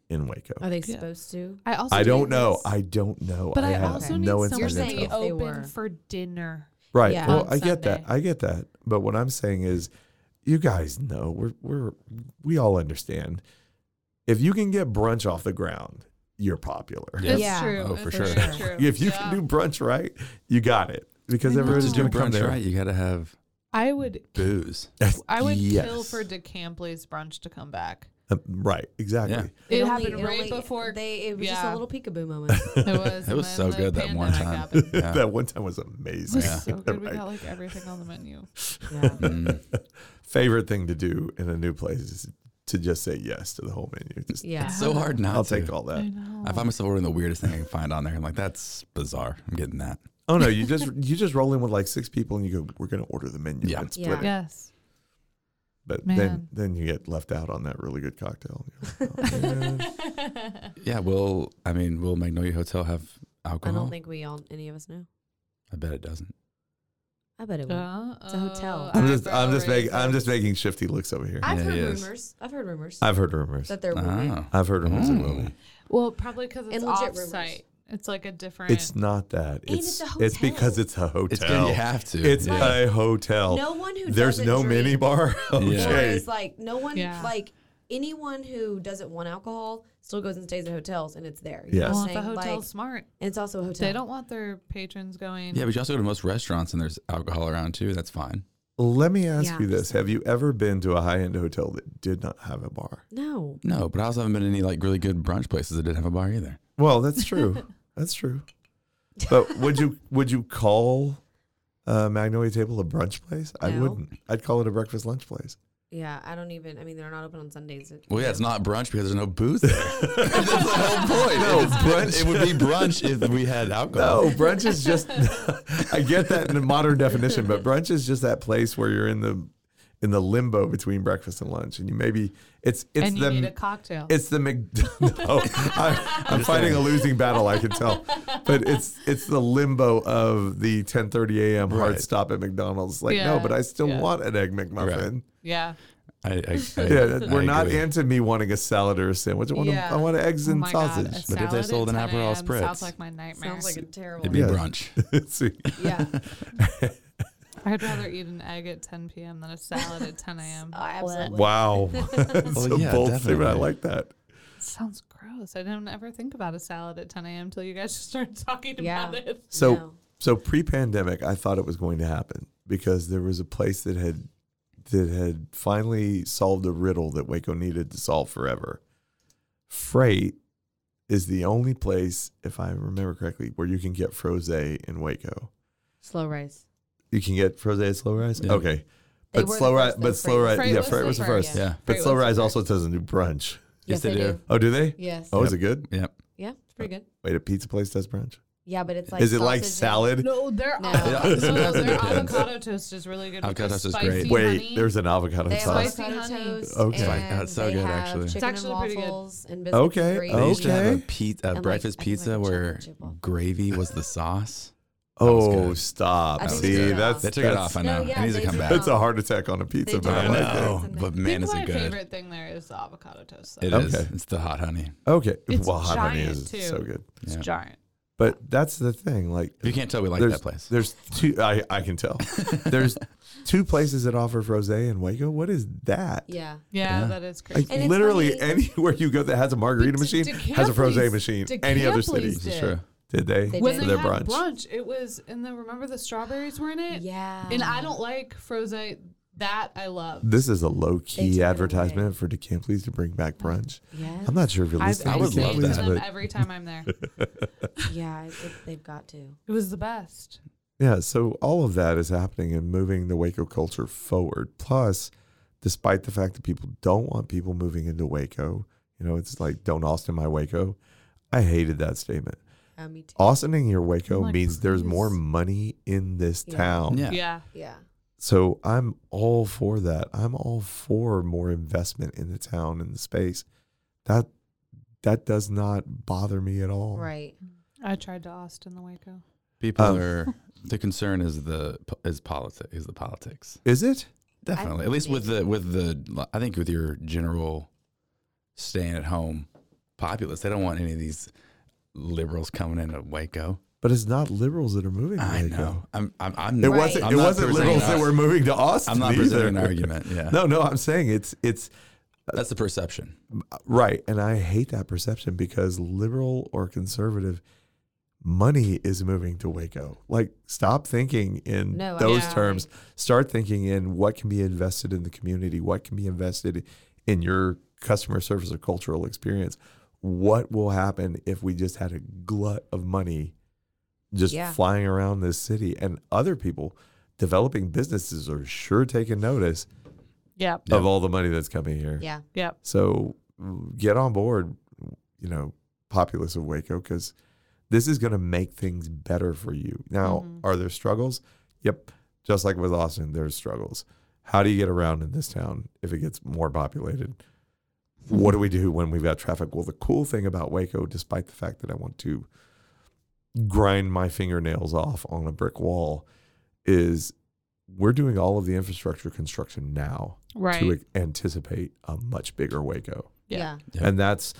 in Waco. Are they Yeah. supposed to? I also I don't think know. that's- I don't know. But I, have also need someone no inside You're to be saying info. they open were. for dinner. Right. Yeah. Well, on I get that. Sunday. I get that. But what I'm saying is you guys know we're we're we all understand. If you can get brunch off the ground, you're popular. Yeah. That's Yeah. true. Oh, for That's sure. true. If you Yeah. can do brunch right, you got it. Because I everybody's know. going Jim to come Brunch, there. right? You got to have I would booze. I would kill Yes. for DeCampley's brunch to come back. Um, right, exactly. Yeah. It, only- happened it right only- before they. It was just yeah. a little peekaboo moment. It was. It was and so then the good that one pandemic time. happened. Yeah. that one time was It amazing. was so good. We Right. got like everything on the menu. yeah. Mm. Favorite thing to do in a new place is to just say yes to the whole menu. Just, Yeah. So hard not I'll to. take all I that. know. I find myself ordering the weirdest thing I can find on there. I'm like, that's bizarre. I'm getting that. Oh no, you just you just roll in with like six people and you go, we're gonna order the menu. Yeah. and split it." Yeah. yes. But then Man. then you get left out on that really good cocktail. You're like, "Oh, man." Yeah, will I mean will Magnolia Hotel have I alcohol? don't think we all, any of us know. I bet it doesn't. I bet it would. Uh, It's a hotel. I'm just I'm just eyebrow making I'm raiser. just making shifty looks over here. I've Yeah, heard he is. rumors. I've heard rumors I've Ah, heard rumors. that there will be. Oh. I've heard rumors. it will Mm. be. Well, probably because it's And legit off rumors. site. It's like a different. It's not that. It's it's a it's because hotel. it's a hotel. It's good you have to. It's a hotel. No one who There's doesn't no drink mini bar. Or Yeah. okay. is like no one Yeah. like anyone who doesn't want alcohol still goes and stays at hotels and it's there. Yes. what Well, I'm if the saying? hotel's Like, smart. and it's also a hotel. They don't want their patrons going. Yeah, but you also go to most restaurants and there's alcohol around too. That's fine. Let me ask Yeah. you this: Have you ever been to a high-end hotel that did not have a bar? No. No, but I also haven't been to any like really good brunch places that didn't have a bar either. Well, that's true. that's true. But would you would you call uh, Magnolia Table a brunch place? I No. wouldn't. I'd call it a breakfast lunch place. Yeah, I don't even. I mean, they're not open on Sundays. Well, yeah, it's not brunch because there's no booth there. That's the whole point. No, It's brunch- It would be brunch if we had alcohol. No, brunch is just. I get that in the modern definition, but brunch is just that place where you're in the in the limbo between breakfast and lunch, and you maybe it's it's and you the need a cocktail. it's the Mc. no, I, I'm fighting a losing battle. I can tell, but it's it's the limbo of the 10:30 a.m. hard Right. stop at McDonald's. Like no, Yeah, but I still yeah. want an egg McMuffin. yeah. I, I, I, Yeah, that- I we're not agree. into me wanting a salad or a sandwich. I want, Yeah. a, I want eggs Oh and my God, a sausage. But if they salad at sold an 10 Aperol a.m. sounds spritz, like my nightmare. Sounds like a terrible. It'd be Yeah. brunch. See, yeah. I'd rather eat an egg at 10 p.m. than a salad at 10 a.m. Oh, absolutely. wow, it's Well, a yeah, bold statement. I definitely. like that. Sounds gross. I didn't ever think about a salad at 10 a.m. until you guys just started talking Yeah. about it. So No. so pre-pandemic, I thought it was going to happen because there was a place that had that had finally solved a riddle that Waco needed to solve forever. Freight is the only place, if I remember correctly, where you can get froze in Waco. Slow rise. You can get froze at Slow Rise. Yeah. Okay, They but were the slow rise, first, though. but slow Freight- rise, Freight yeah, was Freight the was the first, first. Yeah. But Freight slow was the rise first. also doesn't do brunch. Yes, they do. Oh, do they? Yes. Oh, is it good? Yep. Yeah, it's pretty good. Wait, a pizza place does brunch? Yeah, but it's like. is it like sausage and- salad? No, their, No. avocado- no, Sometimes it their depends. avocado toast is really good. Avocado with toast the is spicy great. Wait, honey. there's an avocado They have Spicy sauce. avocado honey. toast. Okay. and Like, that's so they good, have actually. It's Chicken and actually pretty good. waffles and biscuits Okay, and gravy. They used to have a, Okay. pe- a like, breakfast I think like pizza a where chocolate chip waffle. gravy was the sauce. was Oh, good. stop. I think See, it's that's They took it that's- off. I No, know. yeah, it needs they to come did back. That's a heart attack on a pizza, They but do. I I Yeah. like Yeah. it. know, but man, I is think it my good. favorite thing there is the avocado toast. Though. It is. Okay. It's the hot honey. Okay, It's well, hot honey giant, is too. so good, It's Yeah. giant. but that's the thing. Like, You can't tell we like there's, that place. There's two. I I can tell. there's two places that offer frosé in Waco. What is that? Yeah. Yeah, Yeah. that is crazy. Like And it's literally funny- anywhere you go that has a margarita But machine De- has a frosé DeCampli's- machine. Any other city? DeCampli's This is did. true. Did they? They when did. for they their had brunch. brunch. it was, and then remember the strawberries were in it? Yeah. And I don't like froze. That I love. This is a low They took key it advertisement for DeCampli's to bring back brunch. Yes. I'm not sure if you're listening. I been would to love saying DeCampli's, to that. them but- every time I'm there. Yeah, it, it, they've got to. It was the best. Yeah, so all of that is happening and moving the Waco culture forward. Plus, despite the fact that people don't want people moving into Waco, you know, it's like don't Austin my Waco. I hated that statement. Uh, me too. Austining your Waco like, means there's please. more money in this Yeah. town. Yeah. Yeah. Yeah. So I'm all for that. I'm all for more investment in the town and the space. That that does not bother me at all. Right. I tried to Austin the Waco. People Um, are. The concern is the is politics is the politics. Is it? Definitely, at least with the with the I think with your general staying at home populace, they don't want any of these liberals coming into Waco. But it's not liberals that are moving. to I Waco. know. I'm I'm, I'm It Right. wasn't. I'm it not wasn't presenting liberals an that ar- were moving to Austin. I'm not either. presenting an argument. Yeah, No, no. I'm saying it's it's that's the perception. right, and I hate that perception because liberal or conservative money is moving to Waco. Like, stop thinking in No, I those know. terms. Start thinking in what can be invested in the community, what can be invested in your customer service or cultural experience. What will happen if we just had a glut of money just Yeah. flying around this city and other people developing businesses are sure taking notice Yep. Yeah. of all the money that's coming here. Yeah. Yep. So get on board, you know, populace of Waco, because this is going to make things better for you. Now, Mhm. are there struggles? Yep. Just like with Austin, there's struggles. How do you get around in this town if it gets more populated? What do we do when we've got traffic? Well, the cool thing about Waco, despite the fact that I want to grind my fingernails off on a brick wall, is we're doing all of the infrastructure construction now Right. to anticipate a much bigger Waco. Yeah. Yeah. Yeah. And that's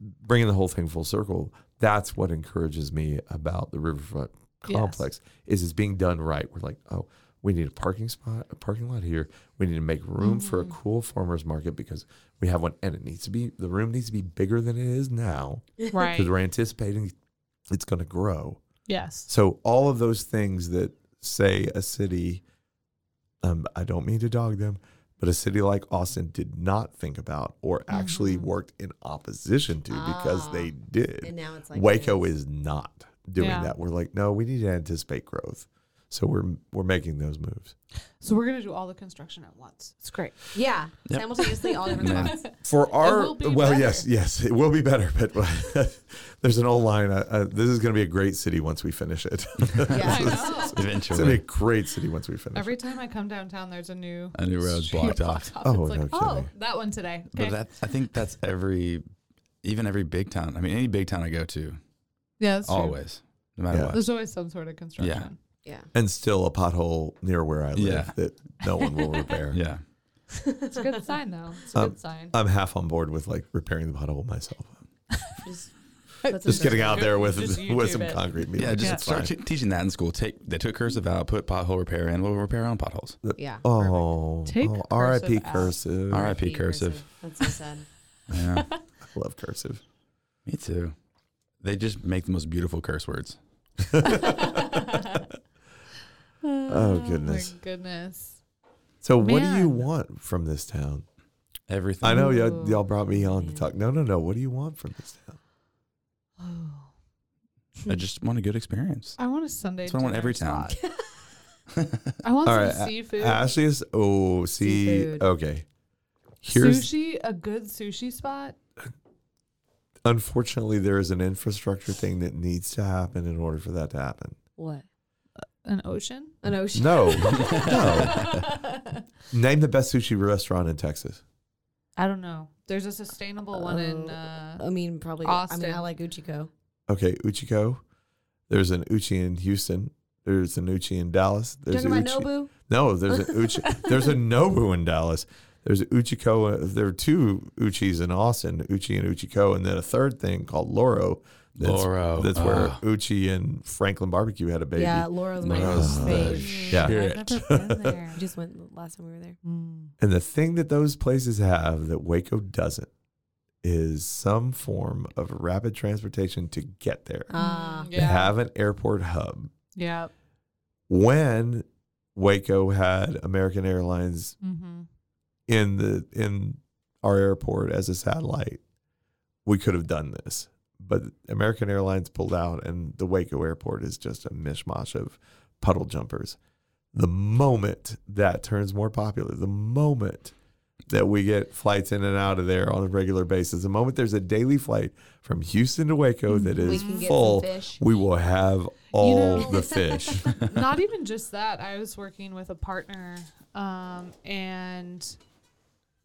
bringing the whole thing full circle. That's what encourages me about the Riverfront Yes. complex is it's being done right. We're like, oh, we need a parking spot, a parking lot here. We need to make room for Mm-hmm. a cool farmers market because we have one, and it needs to be the room needs to be bigger than it is now Right. because we're anticipating it's going to grow. Yes. So all of those things that say a city, um, I don't mean to dog them, but a city like Austin did not think about or actually Mm-hmm. worked in opposition to because Ah. they did. And now it's like Waco is not doing Yeah. that. We're like, no, we need to anticipate growth. So we're we're making those moves So we're gonna do all the construction at once. It's great. Yeah. Yep. Simultaneously, all different Yeah. spots. for our. will be well, better. yes, yes, it will be better. But there's an old line. Uh, uh, this is going to be a great city once we finish it. Yeah. I know. it's going to Eventually, be a great city once we finish. Every time I come downtown, there's a new a new road's street blocked off. Oh, it's like, no oh, kidding. that one today. Okay. But that I think that's every, even every big town. I mean, any big town I go to, yeah, that's true. always, no matter Yeah. what. There's always some sort of construction. Yeah. and still a pothole near where I live Yeah. that no one will repair. Yeah, Oh. It's a good sign, though. It's a Um, good sign. I'm half on board with like repairing the pothole myself. Just, Just getting out there with Just with some YouTube it. concrete. beam. yeah. Just Yeah. start te- teaching that in school. Take they took cursive out, put pothole repair in. We'll repair our own potholes. Yeah. Oh, Take oh, R.I.P. cursive out. cursive. R.I.P. cursive. That's so sad. Yeah, I love cursive. me too. They just make the most beautiful curse words. oh goodness. my goodness. So, what do you Man. want from this town? Everything. I know y'all, Ooh. y'all brought me on to Man. talk. No, no, no. What do you want from this town? Oh. I just want a good experience. I want a Sunday. That's what I want dinner every town. spot. I want All some right, A- seafood, Ashley is oh, see, Seafood. okay. Here's sushi, a good sushi spot. unfortunately there is an infrastructure thing that needs to happen in order for that to happen. What? An ocean? An ocean. No, no. Name the best sushi restaurant in Texas. I don't know. There's a sustainable one in. Uh, Uh, I mean, probably. I Austin. mean, I like Uchiko. Okay, Uchiko. There's an Uchi in Houston. There's an Uchi in Dallas. There's Talking a about Uchi- Nobu? No, there's an Uchi. there's a Nobu in Dallas. There's Uchiko. uh, There are two Uchis in Austin, Uchi and Uchiko, and then a third thing called Loro. That's, Loro, That's where ah. Uchi and Franklin Barbecue had a baby. Yeah, Laura's my Laura's the favorite. Yeah. I've never been there. We just went last time we were there. Mm. And the thing that those places have that Waco doesn't is some form of rapid transportation to get there. Ah. They yeah. have an airport hub. Yeah. When Waco had American Airlines Mm-hmm. in the in our airport as a satellite, we could have done this. But American Airlines pulled out, and the Waco airport is just a mishmash of puddle jumpers. The moment that turns more popular, the moment that we get flights in and out of there on a regular basis, the moment there's a daily flight from Houston to Waco that We is can get some full, fish. we will have all know- the fish. not even just that. I was working with a partner, um, and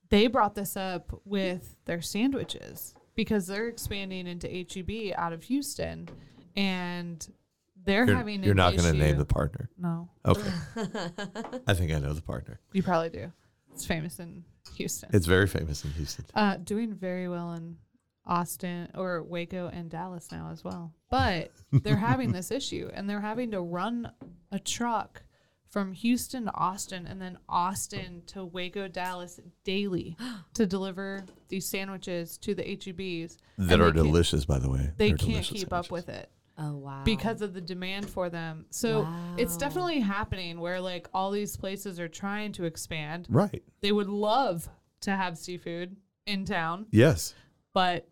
they brought this up with their sandwiches because they're expanding into HEB out of Houston, and they're you're having. you're an not going issue- to name the partner. No, Okay. I think I know the partner. you probably do. It's famous in Houston. It's very famous in Houston. uh, doing very well in Austin or Waco and Dallas now as well. But they're having this issue and they're having to run a truck from Houston to Austin and then Austin to Waco, Dallas daily to deliver these sandwiches to the HEBs that and they are can't- delicious, by the way. They They're can't delicious keep up sandwiches. with it Oh wow. because of the demand for them. So it's Wow. definitely happening where like all these places are trying to expand. Right. They would love to have seafood in town, Yes. but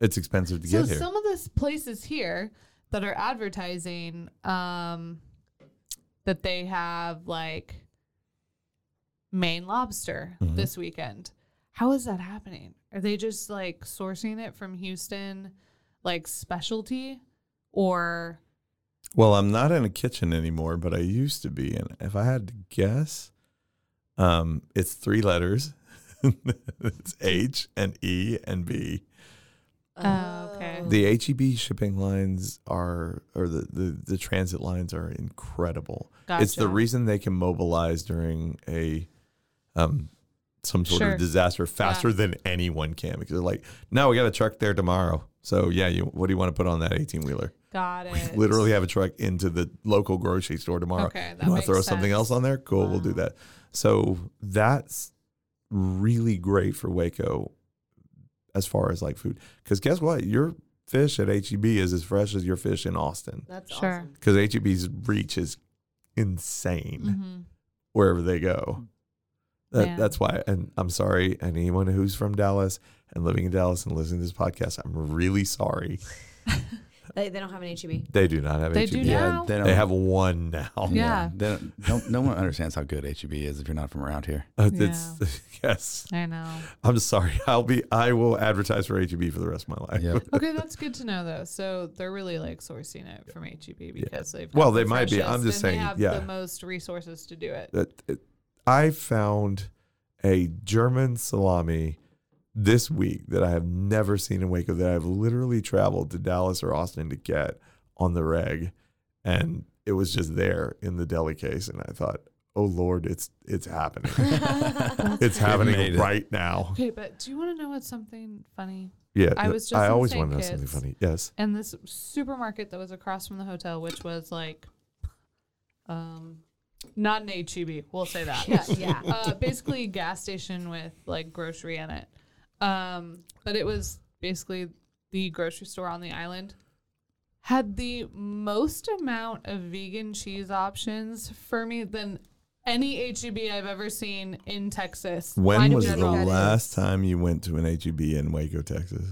It's expensive to so get here. some of those places here that are advertising um, that they have like Maine lobster Mhm. this weekend. How is that happening? Are they just like sourcing it from Houston, like specialty, or well, I'm not in a kitchen anymore, but I used to be. And if I had to guess, um, it's three letters. it's H and E and B. Oh, okay. The HEB shipping lines are, or the, the, the transit lines are incredible. It's the Gotcha. reason they can mobilize during a um, some sort Sure. of disaster faster than anyone can because they're like, no, we got a truck there tomorrow. So yeah, you what do you want to put on that eighteen wheeler? Got it. literally have a truck into the local grocery store tomorrow. Okay, that you want makes to throw something sense. else on there? Cool, we'll do Wow. that. So that's really great for Waco as far as like food. Because guess what? Your fish at HEB is as fresh as your fish in Austin. That's Sure. awesome. Because HEB's reach is insane Mhm. wherever they go. That, Yeah. That's why, and I'm sorry, and anyone who's from Dallas and living in Dallas and listening to this podcast, I'm really sorry. They, they don't have an E HEB. They do not have E They HEB. do Yeah. now? they, don't, They have one now. Yeah. Oh, They don't, don't- no one understands how good HEB is if you're not from around here. Uh, it's- yes. I know. I'm sorry. I'll be. I will advertise for HEB for the rest of my life. Yep. Okay, that's good to know though. So they're really like sourcing it from HEB because they've got Well, they the might be. I'm freshest just and saying, They have yeah. the most resources to do it. That- it- I found a German salami this week that I have never seen in Waco. That I've literally traveled to Dallas or Austin to get on the reg, and it was just there in the deli case. And I thought, oh Lord, it's it's happening. it's happening made it. right now. Okay, but do you want to know what's something funny? Yeah. I was just I in always St. want to know something Kitts. funny. Yes. And this supermarket that was across from the hotel, which was like, um, not an HEB. We'll say that. Yeah, yeah. uh, basically a gas station with like grocery in it. Um, but it was basically the grocery store on the island had the most amount of vegan cheese options for me than any HEB I've ever seen in Texas. Why When do was we the have all- last time you went to an HEB in Waco, Texas?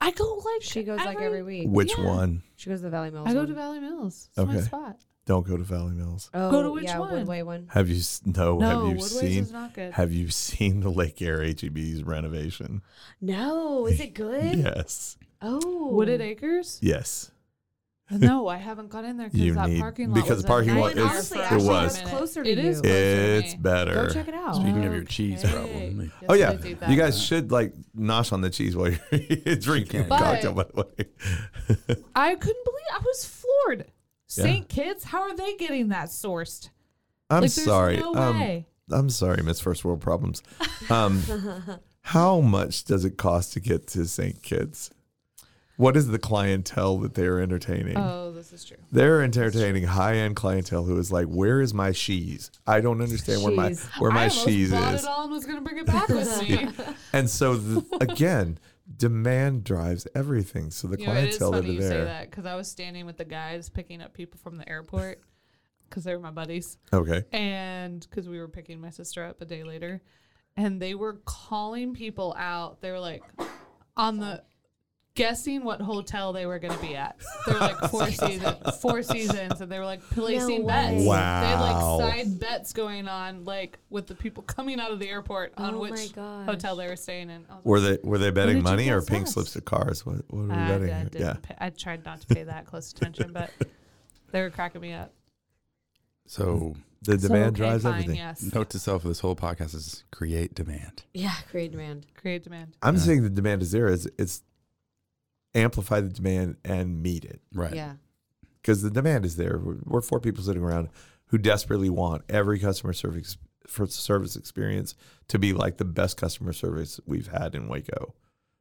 I go like She goes like every week. Which Yeah. one? She goes to the Valley Mills. I go one. to Valley Mills. It's my Okay. spot. Don't go to Valley Mills. Oh, Go to which yeah, one? Woodway one. Have you s- no? No, have you Woodway's seen? is not good. Have you seen the Lake Air HEB's renovation? No, is it good? Yes, Oh, Wooded Acres? yes. No, I haven't gone in there You because that need- parking lot because was a parking lot nightmare is- Honestly, for actually, us. it was. that's closer to It is you. closer to It's me. better. Go check it out. Speaking of your cheese Okay. problem, Yes, Oh I yeah, did that. you guys should like nosh on the cheese while you're drinking a But- cocktail. By the way, I couldn't believe I was floored. St. Kitts, how are they getting that sourced? I'm Like, there's sorry. no um, way. I'm sorry, Miss First World Problems. Um, how much does it cost to get to St. Kitts? What is the clientele that they are entertaining? Oh, this is true. They're entertaining high end clientele who is like, "Where is my cheese? I don't understand where my Cheese. where I my almost cheese bought is." it all and was going to bring it back with me. And so the, again, demand drives everything. So the You know, it is clientele that funny are you say there, that because I was standing with the guys picking up people from the airport because they were my buddies. okay, and because we were picking my sister up a day later, and they were calling people out. They were like, on the guessing what hotel they were going to be at. They were like four seasons, four seasons, and they were like placing way. bets. Wow. they had like side bets going on, like with the people coming out of the airport on Oh my which gosh. hotel they were staying in. I was were they were they did betting you money or guess pink us? slips of cars? What what are we like, I, betting? "Ah, I here? didn't. Yeah, Pay, I tried not to pay that close attention, but they were cracking me up. So, the So, demand okay, drives fine, everything. Yes, note to self of this whole podcast is create demand. Yeah, create demand. create demand. I'm Yeah. saying the demand is there. Is it's amplify the demand and meet it. Right. Yeah, because the demand is there. We're, we're four people sitting around who desperately want every customer service for service experience to be like the best customer service we've had in Waco.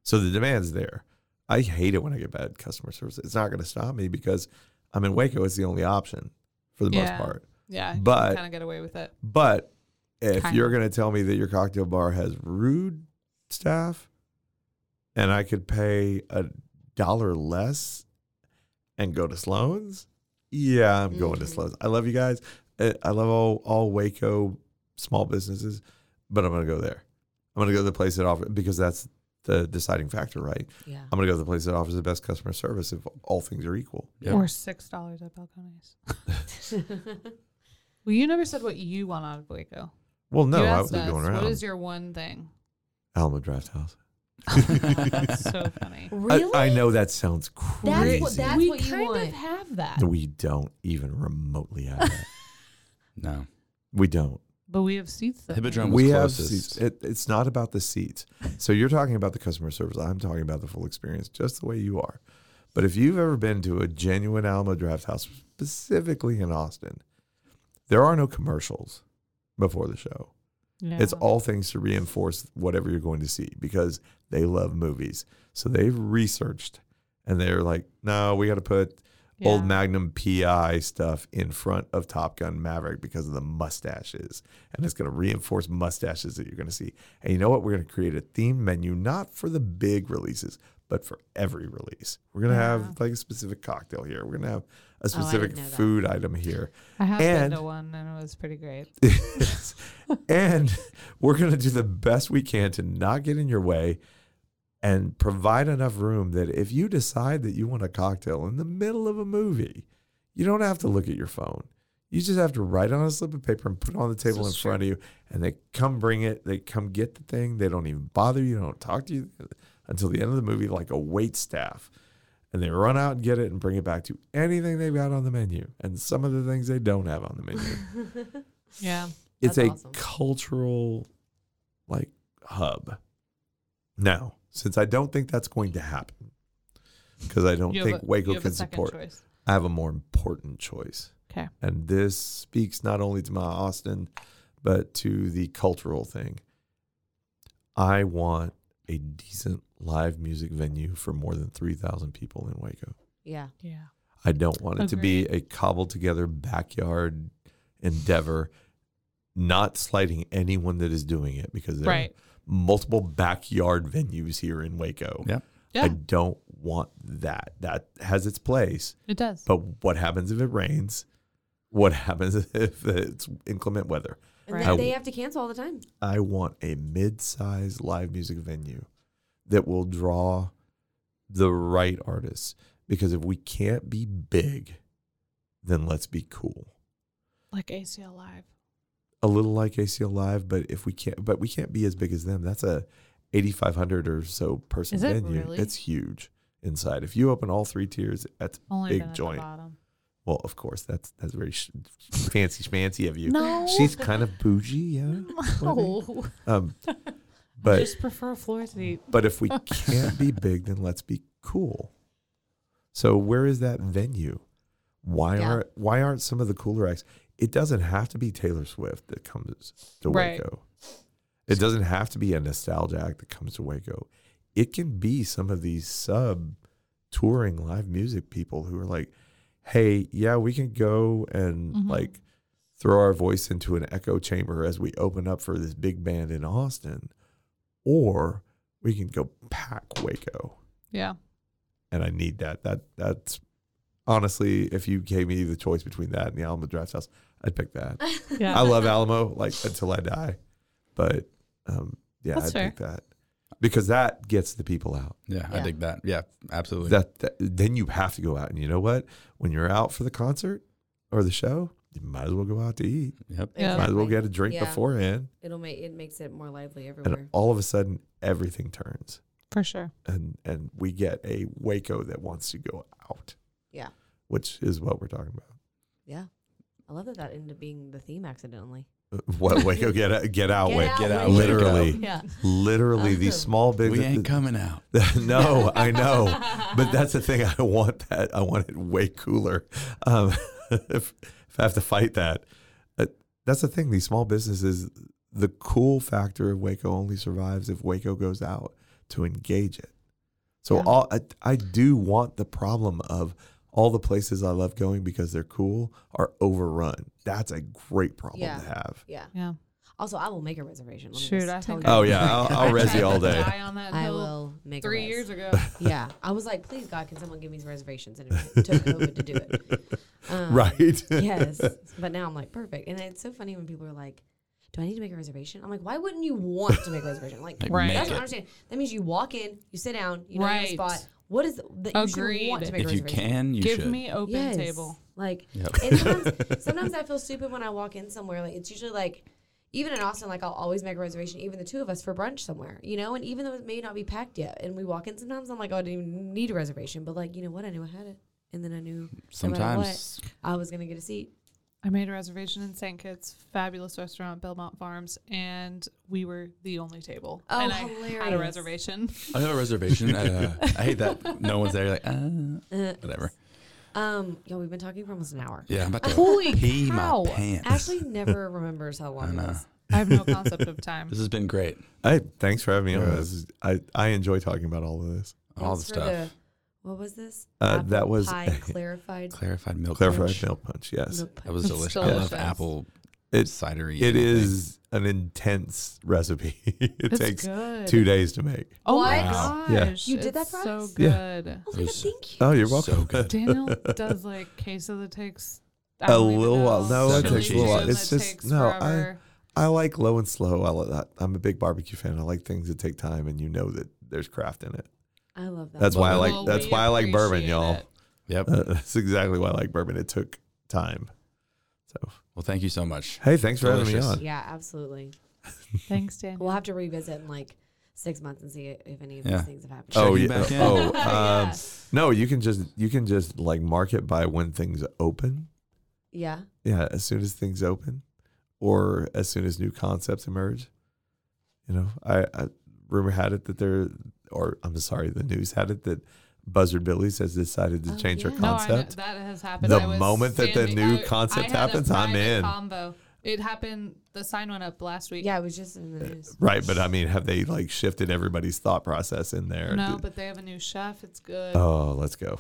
So the demand's there. I hate it when I get bad customer service. It's not going to stop me because I'm in Waco. It's the only option for the Yeah. most part. Yeah, But- kind of get away with it. But if Kind you're of. going to tell me that your cocktail bar has rude staff and I could pay a dollar less and go to Sloan's, yeah, I'm going to Mm-hmm. Mhm. Sloan's. I love you guys. Uh, I love all, all Waco small businesses, but I'm going to go there. I'm going to go to the place that offers, because that's the deciding factor, right? yeah. I'm going to go to the place that offers the best customer service if all things are equal. Yep. Or six dollars at Balcones. Um, well, you never said what you want out of Waco. Well, no, you I asked was going us, around. What is your one thing? Alamo Draft House. That's so funny. I- really? I, know that sounds That's crazy. what that's we what you kind want. of have that, We don't even remotely have that. No. we don't. but we have seats. That Hippodrome match. was We have closest. seats. It, it's not about the seats. So you're talking about the customer service. I'm talking about the full experience, just the way you are. But if you've ever been to a genuine Alamo Draft House, specifically in Austin, there are no commercials before the show. Yeah. It's all things to reinforce whatever you're going to see because they love movies. So they've researched and they're like, no, we got to put old Yeah. Magnum PI stuff in front of Top Gun Maverick because of the mustaches. And it's going to reinforce mustaches that you're going to see. And you know what? We're going to create a theme menu, not for the big releases, but for every release. We're going to have like a specific cocktail here. We're going to have a specific Oh, know that. food item here. I have And- been to one and it was pretty great. and we're going to do the best we can to not get in your way and provide enough room that if you decide that you want a cocktail in the middle of a movie, you don't have to look at your phone. You just have to write on a slip of paper and put it on the table in is front of you. And they come bring it, they come get the thing. They don't even bother you, they don't talk to you until the end of the movie, like a wait staff. And they run out and get it and bring it back to anything they've got on the menu and some of the things they don't have on the menu Yeah. it's That's a awesome. cultural like hub now since i don't think that's going to happen because i don't You have think a- you waco have a can second support choice. i have a more important choice Okay. and this speaks not only to my austin but to the cultural thing i want a decent live music venue for more than 3000 people in waco Yeah. Yeah. I don't want it to be a cobbled together backyard endeavor, not slighting anyone that is doing it because there Right. are multiple backyard venues here in Waco. Yeah. Yeah. I don't want that. That has its place. it does. But what happens if it rains? What happens if it's inclement weather? And Right. they, I- they have to cancel all the time. I want a mid-sized live music venue that will draw the right artists. Because if we can't be big, then let's be cool. like ACL Live. A little like ACL Live, but if we can't, but we can't be as big as them. That's a 8,500 or so person Is it venue. really? It's huge inside. If you open all three tiers, that's Only been big at joint. the bottom. Well, of course, that's that's very sh- fancy schmancy of you. No. She's kind of bougie, yeah. no. Um, I but just prefer floor to the But if we can't be big, then let's be cool. So where is that venue? Why Yeah. aren't why aren't some of the cooler acts? It doesn't have to be Taylor Swift that comes to Right. Waco. It doesn't have to be a nostalgia act that comes to Waco. It can be some of these sub touring live music people who are like, hey, yeah, we can go and Mhm. like throw our voice into an echo chamber as we open up for this big band in Austin, or we can go pack Waco. Yeah. And I need that. That that's honestly, if you gave me the choice between that and the Alamo Draft House, I'd pick that. Yeah. I love Alamo like until I die, but um, yeah, That's I'd pick that because that gets the people out. Yeah, I Yeah. dig that. Yeah, absolutely. That, that then you have to go out, and you know what? When you're out for the concert or the show, you might as well go out to eat. yep. Yeah. Might as well Exactly. get a drink Yeah. beforehand, It'll make it makes it more lively everywhere. and all of a sudden everything turns, For sure. and and we get a Waco that wants to go out, Yeah. which is what we're talking about. Yeah. I love that that ended up being the theme accidentally. What Waco get out, get out, Get Waco, out, Get out, Waco. Oh. literally, Yeah. literally these Awesome. small big. We ain't coming out. no, I know, but that's the thing. I want that. I want it way cooler. Um, if, if I have to fight that, Uh, that's the thing. These small businesses, the cool factor of Waco only survives if Waco goes out to engage it. So Yeah. all I, I do want the problem of all the places I love going because they're cool are overrun. That's a great problem Yeah. to have. Yeah. Yeah. Also, I will make a reservation. Let me Shoot, just I tell think you. Oh, yeah, I'll- I'll I resi tried to all day. die on that I hill will make a Three res. years ago. Yeah, I was like, please God, can someone give me some reservations? And it took COVID to do it. Um, Right. yes, but now I'm like perfect, and it's so funny when people are like, "Do I need to make a reservation?" I'm like, "Why wouldn't you want to make a reservation?" Like, Like, Right. make that's what I it. understand. That means you walk in, you sit down, you know your Right. spot. What is that you should want Agreed. to make If a you reservation? can, you Give should. me open yes. table. Like, Yep. and sometimes, sometimes I feel stupid when I walk in somewhere. Like, it's usually like, even in Austin, like I'll always make a reservation, even the two of us for brunch somewhere, you know. And even though it may not be packed yet, and we walk in, sometimes I'm like, oh, I didn't even need a reservation, but like, you know what? I knew I had it, and then I knew no matter Sometimes what, I was gonna get a seat. I made a reservation in St. Kitts, fabulous restaurant, Belmont Farms, and we were the only table. Oh, and I had a hilarious. reservation. I have a reservation. at, uh, I hate that no one's there. Like, ah, Uh, whatever. Um, yo, we've been talking for almost an hour. Yeah, I'm about to Holy pee cow. my pants. Ashley never remembers how I long it know. was. I have no concept of time. this has been great. I, thanks for having me on. Yeah. This is, I, I enjoy talking about all of this. All the Thanks for stuff. What was this? Uh, that Apple was pie a- clarified. Clarified milk. Clarified punch. milk punch. Yes, milk That was punch. delicious. so I love delicious. apple it's cidery. it is an intense recipe. it It's takes good. two days to make. Oh my What? gosh. Yeah. You did that it's for so us? good. Oh, It look at was- thank you. Oh, you're So welcome. good. Daniel does like queso that takes I A don't even little know. while. No, it takes a little while. Chili It's that just- takes no, I- forever. I like low and slow. I like that. I'm a big barbecue fan. I like things that take time, and you know that there's craft in it. I love that. That's why I Well, like. we that's why I like bourbon, appreciate y'all. it. Yep. Uh, that's exactly why I like bourbon. It took time. So Well, thank you so much. hey, thanks for Delicious. having me on. yeah, absolutely. Thanks, Daniel. We'll have to revisit in like six months and see if any of these Yeah. things have happened. Oh Checking yeah. back in. Oh, um, Yeah. no. You can just you can just like mark it by when things open. yeah. Yeah, as soon as things open, or as soon as new concepts emerge. You know, I, I rumor had it that there, or I'm sorry, the news had it that Buzzard Billies has decided to Oh, change yeah. their No, I know. concept. that has happened. The I was moment that the standing- new I- concept I had a happens, I'm private in. Combo. It happened. The sign went up last week. Yeah, it was just in the news. Uh, Right, but I mean, have they like shifted everybody's thought process in there? No, Did- but they have a new chef. It's good. oh, let's go.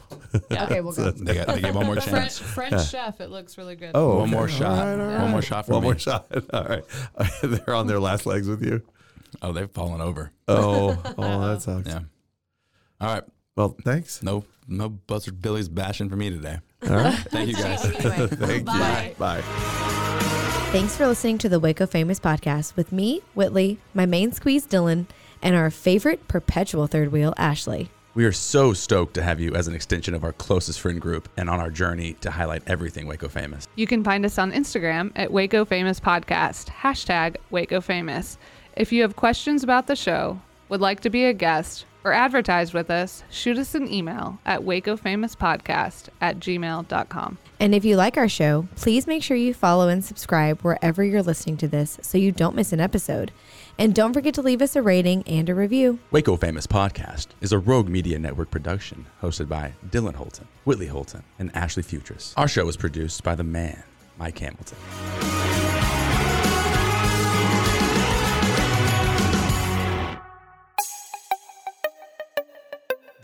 Okay, we'll go. They got they get one more French chance. French chef. It looks really good. Oh, One okay. more shot. One more shot for One me. more shot. All right, they're on their last legs with you. Oh, they've fallen over. Oh, oh, that sucks. Yeah. All right. Well, thanks. No, no Buzzard Billy's bashing for me today. All right. Thank you guys. Anyway. Thank Bye. you. Bye. Thanks for listening to the Waco Famous podcast with me, Whitley, my main squeeze, Dylan, and our favorite perpetual third wheel, Ashley. We are so stoked to have you as an extension of our closest friend group and on our journey to highlight everything Waco famous. You can find us on Instagram at Waco Famous Podcast, hashtag Waco Famous. If you have questions about the show, would like to be a guest, or advertise with us, shoot us an email at wacofamouspodcast at gmail.com. And if you like our show, please make sure you follow and subscribe wherever you're listening to this so you don't miss an episode. And don't forget to leave us a rating and a review. Waco Famous Podcast is a Rogue Media Network production hosted by Dylan Holton, Whitley Holton, and Ashley Futris. Our show is produced by the man, Mike Hamilton.